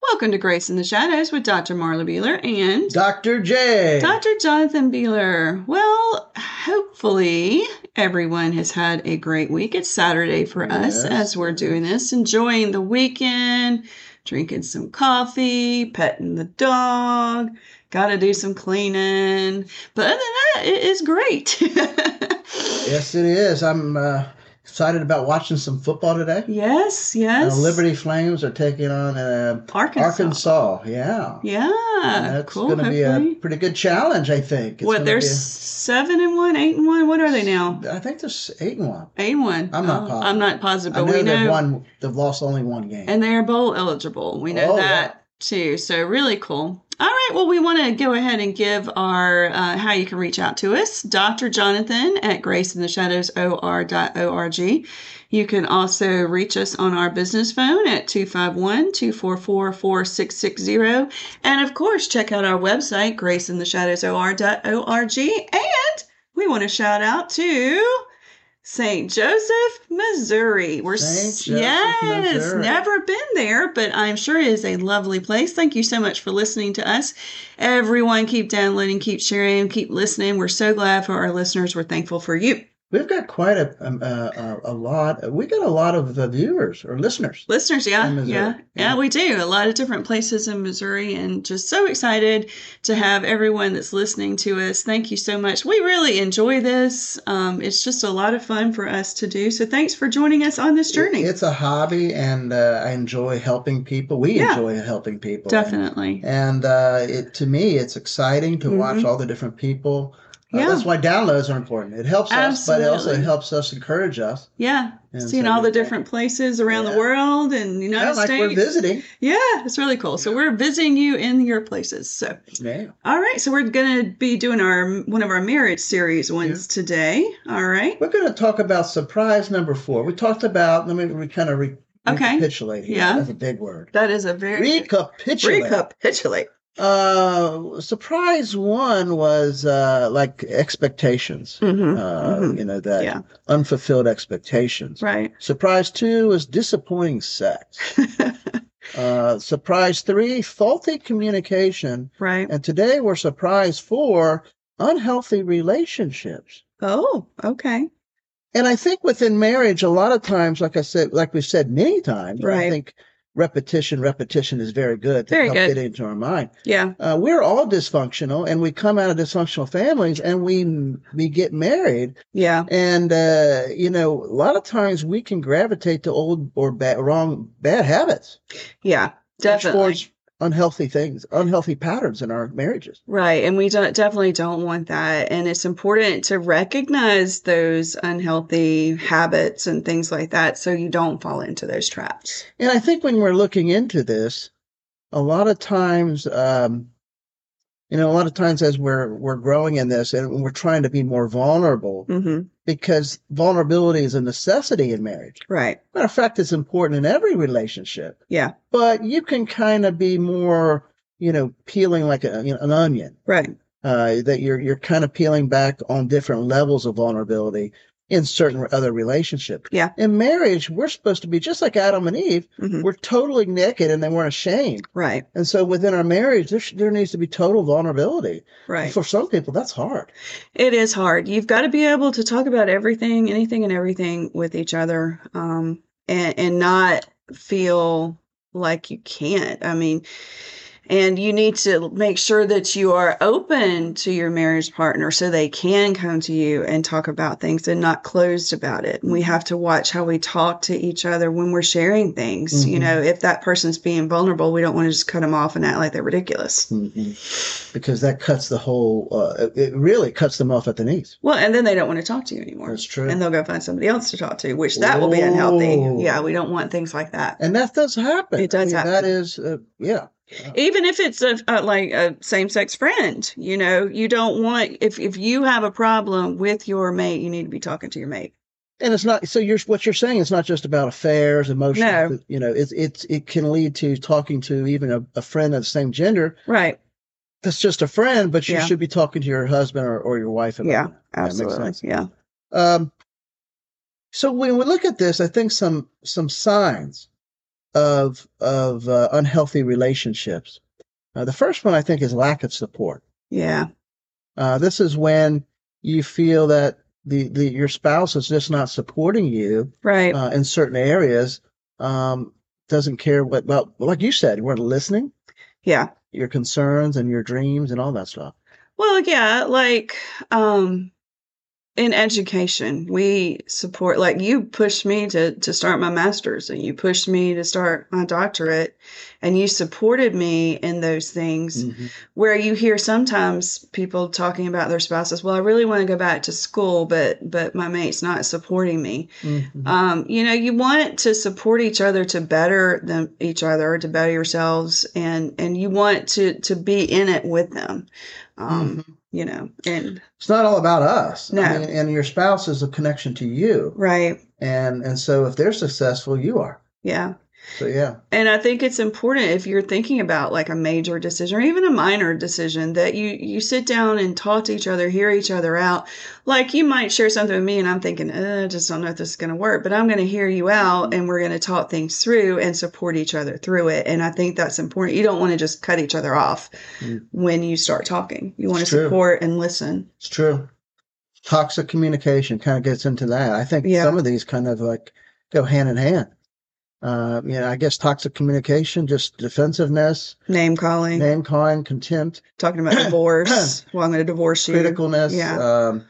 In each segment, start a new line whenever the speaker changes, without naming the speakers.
Welcome to Grace in the Shadows with Dr. Marla Beeler and
Dr. J.
Dr. Jonathan Beeler. Well, hopefully everyone has had a great week. It's Saturday for us
Yes.
as we're doing this, enjoying the weekend, drinking some coffee, petting the dog, got to do some cleaning. But other than that, it is great.
Yes, it is. I'm uh, excited about watching some football today.
yes,
The
yes.
Liberty Flames are taking on uh,
Arkansas.
Arkansas. Yeah.
Yeah.
And that's
cool.
going to be
hopefully.
a pretty good challenge, I think. It's
what
gonna
they're
be a-
seven and one, eight and one. What are they now?
I think there's eight and one.
Eight and one.
I'm not
Oh,
positive.
I'm not positive,
I
but
know
we
they've
know,
won. They've lost only one game.
and they are bowl eligible. We know
Oh,
that too. So really cool. All right. Well, we want to go ahead and give our uh, how you can reach out to us, Dr. Jonathan at graceintheshadowsor.org. You can also reach us on our business phone at 251-244-4660. And of course, check out our website, graceintheshadowsor.org. And we want to shout out to St. Joseph, Missouri. We're s-
St. Joseph,
yes,
Missouri.
never been there, but I'm sure it is a lovely place. Thank you so much for listening to us. Everyone, keep downloading, keep sharing, keep listening. We're so glad for our listeners. We're thankful for you.
We've got quite a um, uh, a, a lot. We got a lot of uh, viewers or listeners.
Listeners, yeah,
In
yeah,
Missouri,
yeah,
yeah.
we do. A lot of different places in Missouri, and just so excited to have everyone that's listening to us. Thank you so much. We really enjoy this. Um, it's just a lot of fun for us to do. So thanks for joining us on this journey.
It's a hobby, and uh, I enjoy helping people. We
Yeah.
enjoy helping people.
Definitely.
And uh, it to me, it's exciting to watch all the different people. Uh,
Mm-hmm. Yeah.
That's why downloads are important. It helps us, but it also
Absolutely.
helps us encourage us.
Yeah.
And
Seeing
so
all the
we-
different places around the
Yeah.
world and United
Yeah, like we're
States.
visiting.
yeah, it's really cool. So we're visiting you in your places. So
Yeah.
all right, so we're gonna be doing our one of our marriage series ones today. All right.
We're going to talk about surprise number four. We talked about, let me re- kind of re-
Okay.
recapitulate here.
Yeah.
That's a big word.
That is a very
Recapitulate.
recapitulate.
Uh, surprise one was uh, like expectations.
Mm-hmm.
Uh, You know, that
Yeah.
unfulfilled expectations.
Right.
Surprise two was disappointing sex. Uh, surprise three, faulty communication.
right.
And today we're surprise four, unhealthy relationships.
Oh, okay.
And I think within marriage, a lot of times, like I said, like we've said many times,
Right.
I think repetition, repetition is very good to
Very
help
good.
get into our mind.
Yeah.
Uh, we're all dysfunctional and we come out of dysfunctional families and we, we get married.
Yeah.
And, uh, you know, a lot of times we can gravitate to old or bad, wrong, bad habits.
Yeah.
which
Definitely.
forge unhealthy things, unhealthy patterns in our marriages.
Right. And we don't, definitely don't want that. And it's important to recognize those unhealthy habits and things like that so you don't fall into those traps.
And I think when we're looking into this, a lot of times, um, you know, a lot of times as we're we're growing in this, and we're trying to be more vulnerable
hmm
because vulnerability is a necessity in marriage.
Right.
Matter of fact, it's important in every relationship.
Yeah.
But you can kind of be more, you know, peeling like a, you know, an onion.
Right.
uh, that you're you're kind of peeling back on different levels of vulnerability in certain other relationships.
Yeah.
In marriage, we're supposed to be just like Adam and Eve.
hmm
We're totally naked and they weren't ashamed.
Right.
And so within our marriage, there, sh- there needs to be total vulnerability.
Right.
For some people, that's hard.
It is hard. You've got to be able to talk about everything, anything and everything with each other, um, and, and not feel like you can't. I mean, and you need to make sure that you are open to your marriage partner so they can come to you and talk about things and not closed about it. And we have to watch how we talk to each other when we're sharing things. You
Mhm.
know, if that person's being vulnerable, we don't want to just cut them off and act like they're ridiculous.
Because that cuts the whole, uh, it- it really cuts them off at the knees.
Well, and then they don't want to talk to you anymore.
That's true.
and they'll go find somebody else to talk to, which that will be unhealthy.
Ooh.
Yeah, we don't want things like that.
And that does happen.
It does
That
happen.
is, uh, yeah.
Even if it's a, a like a same-sex friend, you know, you don't want if if you have a problem with your mate, you need to be talking to your mate.
And it's not so. You're what you're saying. It's not just about affairs, emotions.
No.
You know, it's it's it can lead to talking to even a, a friend of the same gender.
Right.
That's just a friend, but you
Yeah.
should be talking to your husband or, or your wife about.
Yeah,
that. makes
Absolutely.
sense.
Yeah.
Um. So when we look at this, I think some some signs of of uh, unhealthy relationships. Uh, the first one I think is lack of support.
Yeah.
Uh, this is when you feel that the, the your spouse is just not supporting you
Right.
uh, in certain areas. Um, doesn't care what well, like you said, we're listening
yeah.
your concerns and your dreams and all that stuff.
Well, yeah, like um in education, we support like you pushed me to to start my masters and you pushed me to start my doctorate and you supported me in those things
Mm-hmm.
where you hear sometimes people talking about their spouses, well, I really want to go back to school, but but my mate's not supporting me.
Mhm.
Um, you know, you want to support each other to better them, each other, to better yourselves, and and you want to to be in it with them. Um,
Mhm.
You know, and
It's not all about us. I
No.
mean, and your spouse is a connection to you,
right,
and and so if they're successful, you are.
yeah.
So yeah,
And I think it's important if you're thinking about like a major decision or even a minor decision that you you sit down and talk to each other, hear each other out. Like you might share something with me, and I'm thinking, uh, I just don't know if this is going to work, but I'm going to hear you out, and we're going to talk things through and support each other through it. And I think that's important. You don't want to just cut each other off
Mm.
when you start talking. You want
It's
to
true.
support and listen.
it's true. Toxic communication kind of gets into that. I think
Yeah.
some of these kind of like go hand in hand. Uh, you know, I guess toxic communication, just defensiveness,
Name calling,
name calling, contempt,
talking about divorce. well, I'm going to divorce you.
criticalness,
Yeah.
um,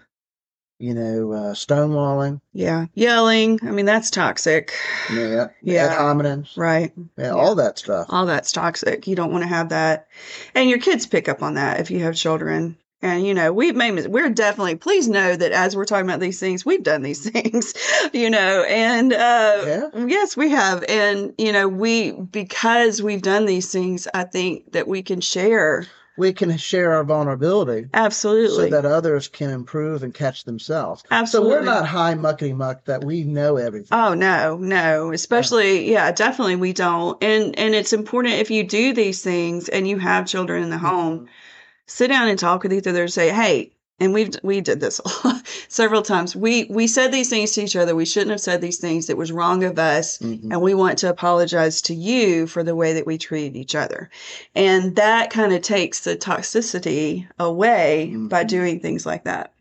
you know, uh, stonewalling,
Yeah, yelling. I mean, that's toxic.
you know, ad
Yeah.
hominems,
Right.
yeah, all that stuff.
All that's toxic. You don't want to have that. And your kids pick up on that if you have children. And you know, we've made mis- we're definitely please know that as we're talking about these things, we've done these things, you know, and uh
Yeah.
yes, we have. And you know, we because we've done these things, I think that we can share.
We can share our vulnerability so
Absolutely.
that others can improve and catch themselves.
Absolutely.
So we're not high muckety muck that we know everything.
Oh no, no. Especially yeah, definitely we don't. And and it's important if you do these things and you have children in the home sit down and talk with each other and say, hey, and we've we did this several times. We we said these things to each other. We shouldn't have said these things. It was wrong of us.
Mhm.
And we want to apologize to you for the way that we treated each other. And that kind of takes the toxicity away by
Mhm.
doing things like that.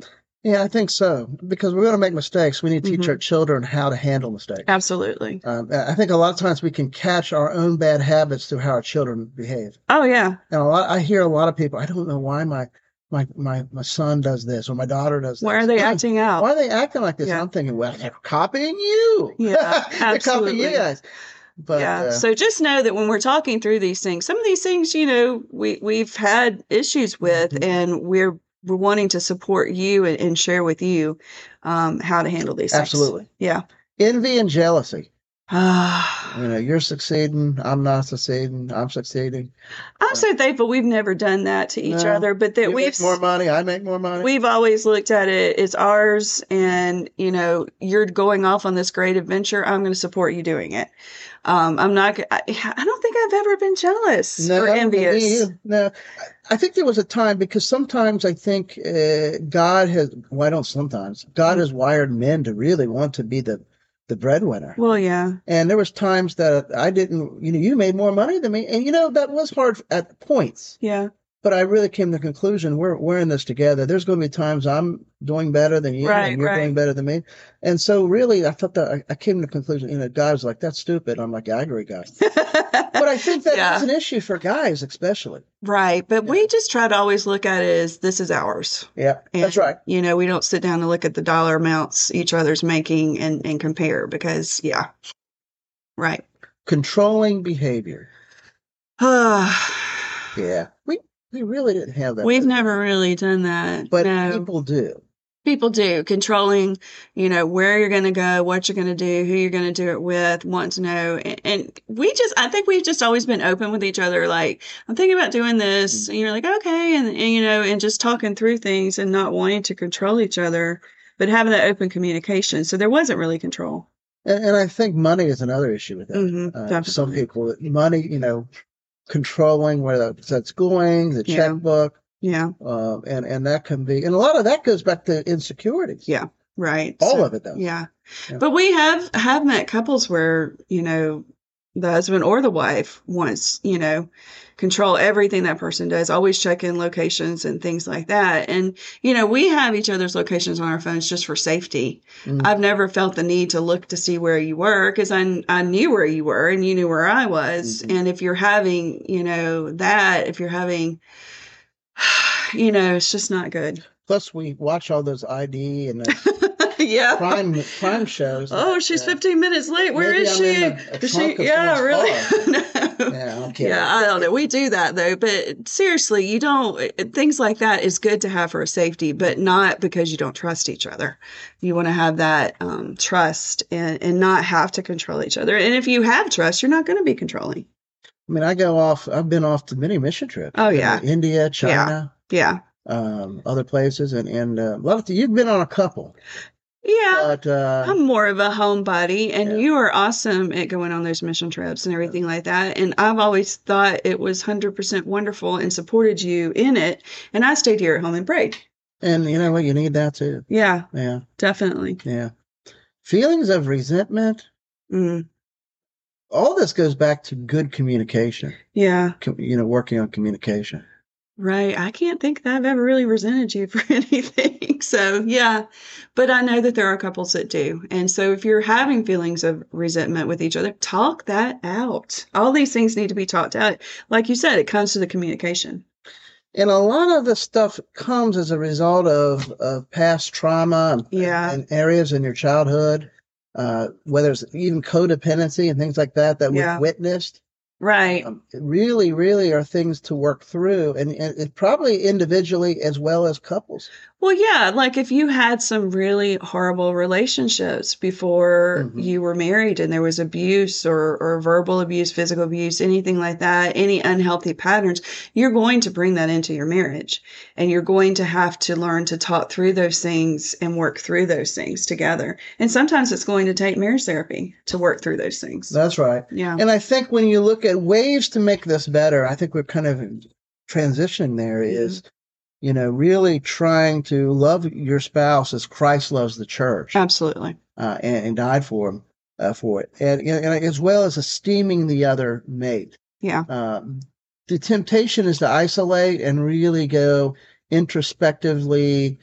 Yeah, I think so. Because we're going to make mistakes, we need to teach
Mhm.
our children how to handle mistakes.
Absolutely.
Um, I I think a lot of times we can catch our own bad habits through how our children behave.
Oh yeah.
And a lot, I hear a lot of people. I don't know why my my my my son does this or my daughter does.
Why are they
this.
acting out?
Why are they acting like this?
Yeah.
I'm thinking, well, they're copying you.
Yeah,
they're copying
absolutely.
you guys. But
yeah.
uh,
so just know that when we're talking through these things, some of these things, you know, we we've had issues with,
Mhm.
and we're we're wanting to support you and, and share with you um, how to handle these. things.
absolutely,
Yeah.
envy and jealousy.
Ah,
You know, you're succeeding. I'm not succeeding. I'm succeeding.
I'm so thankful we've never done that to each
No,
other, but that
you
we've
make more money. I make more money.
We've always looked at it, it's ours, and you know, you're going off on this great adventure. I'm going to support you doing it. Um, I'm not, g- I, I don't think I've ever been jealous or
me
envious.
either. No, I- I think there was a time because sometimes I think uh, God has. Well, I don't. Sometimes
Mm-hmm.
God has wired men to really want to be the the breadwinner.
Well, yeah,
and there was times that I didn't. You know, you made more money than me, and you know that was hard at points.
yeah,
But I really came to the conclusion we're we're in this together. There's going to be times I'm doing better than you,
Right,
and you're
right.
doing better than me. And so really, I thought that I, I came to the conclusion. You know, God was like, "That's stupid." I'm like, "I agree, God." But I think that is
Yeah.
an issue for guys, especially.
right. But
Yeah.
we just try to always look at it as this is ours.
Yeah, that's
And,
right.
You know, we don't sit down and look at the dollar amounts each other's making and, and compare because, yeah, right.
Controlling behavior.
We've
Yeah, we we really didn't have that. back then.
never really done that.
but
no.
people do.
people do controlling you know where you're going to go what you're going to do who you're going to do it with want to know and, and we just i think we've just always been open with each other like i'm thinking about doing
Mm-hmm.
this and you're like okay and, and you know and just talking through things and not wanting to control each other but having that open communication so there wasn't really control
And, and I think money is another issue with that.
hmm
Uh, some
definitely
people, money, you know, controlling where that- that's going, the
Yeah.
checkbook,
yeah
uh, and and that can be, and a lot of that goes back to insecurities.
Yeah. right
all
So-
of it does.
yeah
Yeah.
but we have have met couples where you know the husband or the wife wants, you know, control everything that person does, always check in locations and things like that. And, you know, we have each other's locations on our phones just for safety.
Mm.
I've never felt the need to look to see where you were because I, I knew where you were and you knew where I was.
Mhm.
And if you're having, you know, that, if you're having, you know, it's just not good.
Plus, we watch all those ID and those
yeah.
crime crime shows.
Oh,
that,
she's
uh,
15 minutes late. Where
maybe
is
I'm
she?
in a- a
Does
trunk
she?
of
Yeah, really.
someone's
No.
Yeah, okay.
Yeah, I don't know. We do that though, but seriously, you don't. it- Things like that is good to have for safety, but not because you don't trust each other. You want to have that um, trust and and not have to control each other. And if you have trust, you're not going to be controlling.
I mean, I go off. I've been off to many mission trips.
Oh,
You know,
yeah.
India, China,
Yeah,
um, other places, and and uh, well, you've been on a couple,
yeah.
but uh,
I'm more of a homebody, and
Yeah.
you are awesome at going on those mission trips and everything like that. And I've always thought it was 100% wonderful and supported you in it. And I stayed here at home and prayed.
and you know what? You need that too.
Yeah,
Yeah,
definitely.
yeah. Feelings of resentment.
Mm,
All this goes back to good communication.
yeah,
Com- you know, working on communication.
right. I can't think that I've ever really resented you for anything. So, yeah, but I know that there are couples that do. And so, if you're having feelings of resentment with each other, talk that out. All these things need to be talked out. Like you said, it comes to the communication.
and a lot of this stuff comes as a result of, of past trauma and,
Yeah.
and areas in your childhood, uh, whether it's even codependency and things like that that
Yeah.
we've witnessed.
Right.
Um, it really, really are things to work through, and, and it probably individually as well as couples.
Well, yeah, like if you had some really horrible relationships before
Mhm.
you were married and there was abuse or, or verbal abuse, physical abuse, anything like that, any unhealthy patterns, you're going to bring that into your marriage. And you're going to have to learn to talk through those things and work through those things together. And sometimes it's going to take marriage therapy to work through those things.
That's right.
Yeah.
And I think when you look at ways to make this better, I think we're kind of transitioning there is, you know, really trying to love your spouse as Christ loves the church.
Absolutely.
uh, and, and died for him uh, for it, and, and and as well as esteeming the other mate.
Yeah.
Um, the temptation is to isolate and really go introspectively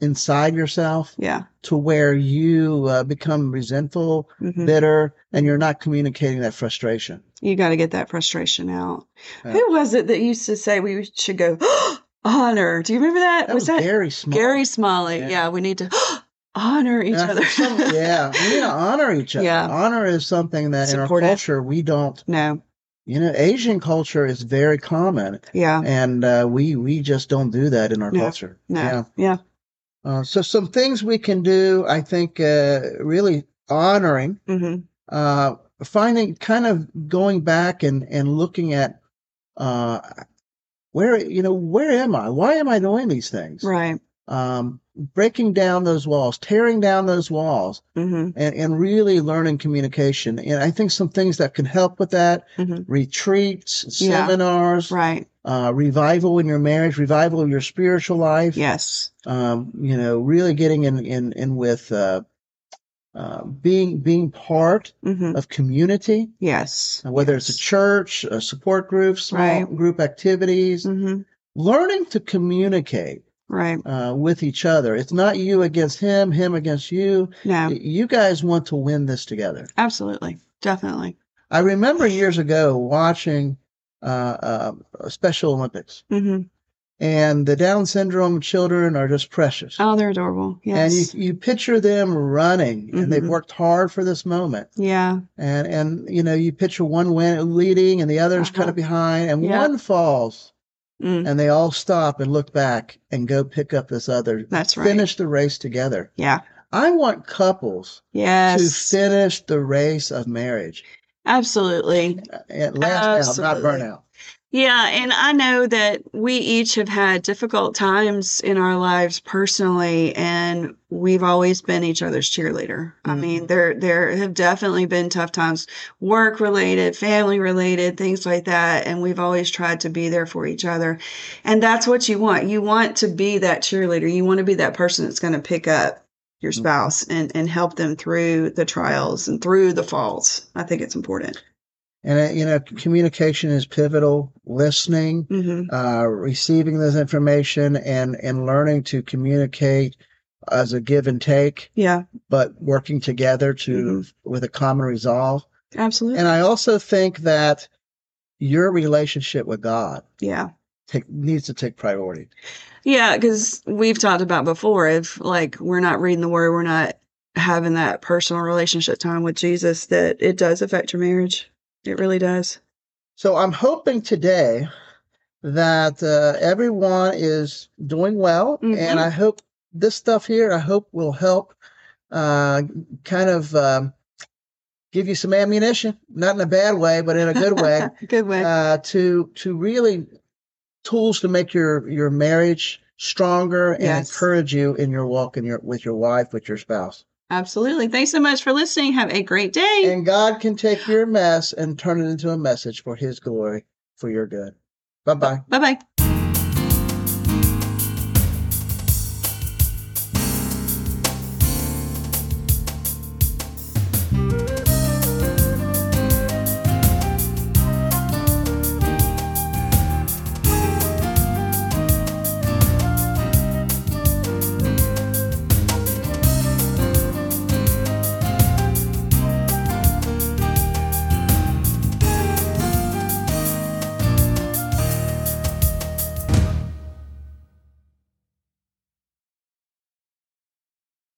inside yourself
Yeah.
to where you uh, become resentful,
hmm
bitter, and you're not communicating that frustration.
You got to get that frustration out.
Yeah.
Who was it that used to say we should go honor? Do you remember that?
That
was,
was,
that
Gary Small.
Gary Smalley?
Yeah.
Yeah, we need to honor each
And I
other.
think some- yeah, we need to honor each other.
Yeah.
Honor is something that in
Support
our
it.
culture we don't.
No.
You know, Asian culture is very common.
Yeah.
and uh, we we just don't do that in our
No,
culture.
No.
Yeah.
Yeah.
Uh, so some things we can do, I think, uh, really honoring,
hmm
uh, finding, kind of going back and and looking at uh, where you know where am I? Why am I doing these things?
Right.
Um, breaking down those walls, tearing down those walls,
hmm
and, and really learning communication. And I think some things that can help with that:
hmm
retreats,
Yeah.
seminars,
Right.
uh, revival in your marriage, revival in your spiritual life.
Yes.
Um, you know, really getting in in in with uh, uh, being being part
hmm
of community,
Yes.
uh, whether it's a church, a support group, small
Right.
group activities,
hmm
learning to communicate
Right.
uh, with each other. It's not you against him, him against you.
No.
You guys want to win this together.
Absolutely. Definitely.
I remember years ago watching uh, uh, Special Olympics.
hmm
and the Down syndrome children are just precious.
Oh, they're adorable.
And you,
Yes.
you picture them running, and they've
Mhm.
worked hard for this moment.
yeah.
And and you know you picture one win leading, and the other's
Uh-huh.
kind of behind, and
Yeah.
one falls,
Mm.
and they all stop and look back and go pick up this other.
That's right.
Finish the race together.
Yeah.
I want couples
Yes.
to finish the race of marriage
Absolutely.
and last out, not
Absolutely.
burn out.
Yeah, and I know that we each have had difficult times in our lives personally, and we've always been each other's cheerleader. I mean, there there have definitely been tough times, work related, family related, things like that, and we've always tried to be there for each other. And that's what you want. You want to be that cheerleader. You want to be that person that's going to pick up your
Mhm.
spouse and and help them through the trials and through the falls. I think it's important.
And, uh, you know, communication is pivotal, listening,
hmm
uh, receiving this information and, and learning to communicate as a give and take,
Yeah,
but working together to,
Mhm.
with a common resolve.
absolutely.
And I also think that your relationship with God
yeah.
take, needs to take priority.
Yeah, because we've talked about before if like we're not reading the word, we're not having that personal relationship time with Jesus, that it does affect your marriage. It really does.
So I'm hoping today that uh, everyone is doing well,
Mhm.
and I hope this stuff here I hope will help uh, kind of um, give you some ammunition, not in a bad way, but in a good way,
Good way.
uh, to to really tools to make your your marriage stronger and
Yes.
encourage you in your walk in your with your wife with your spouse.
absolutely. Thanks so much for listening. Have a great day.
And God can take your mess and turn it into a message for His glory for your good. Bye bye.
bye bye.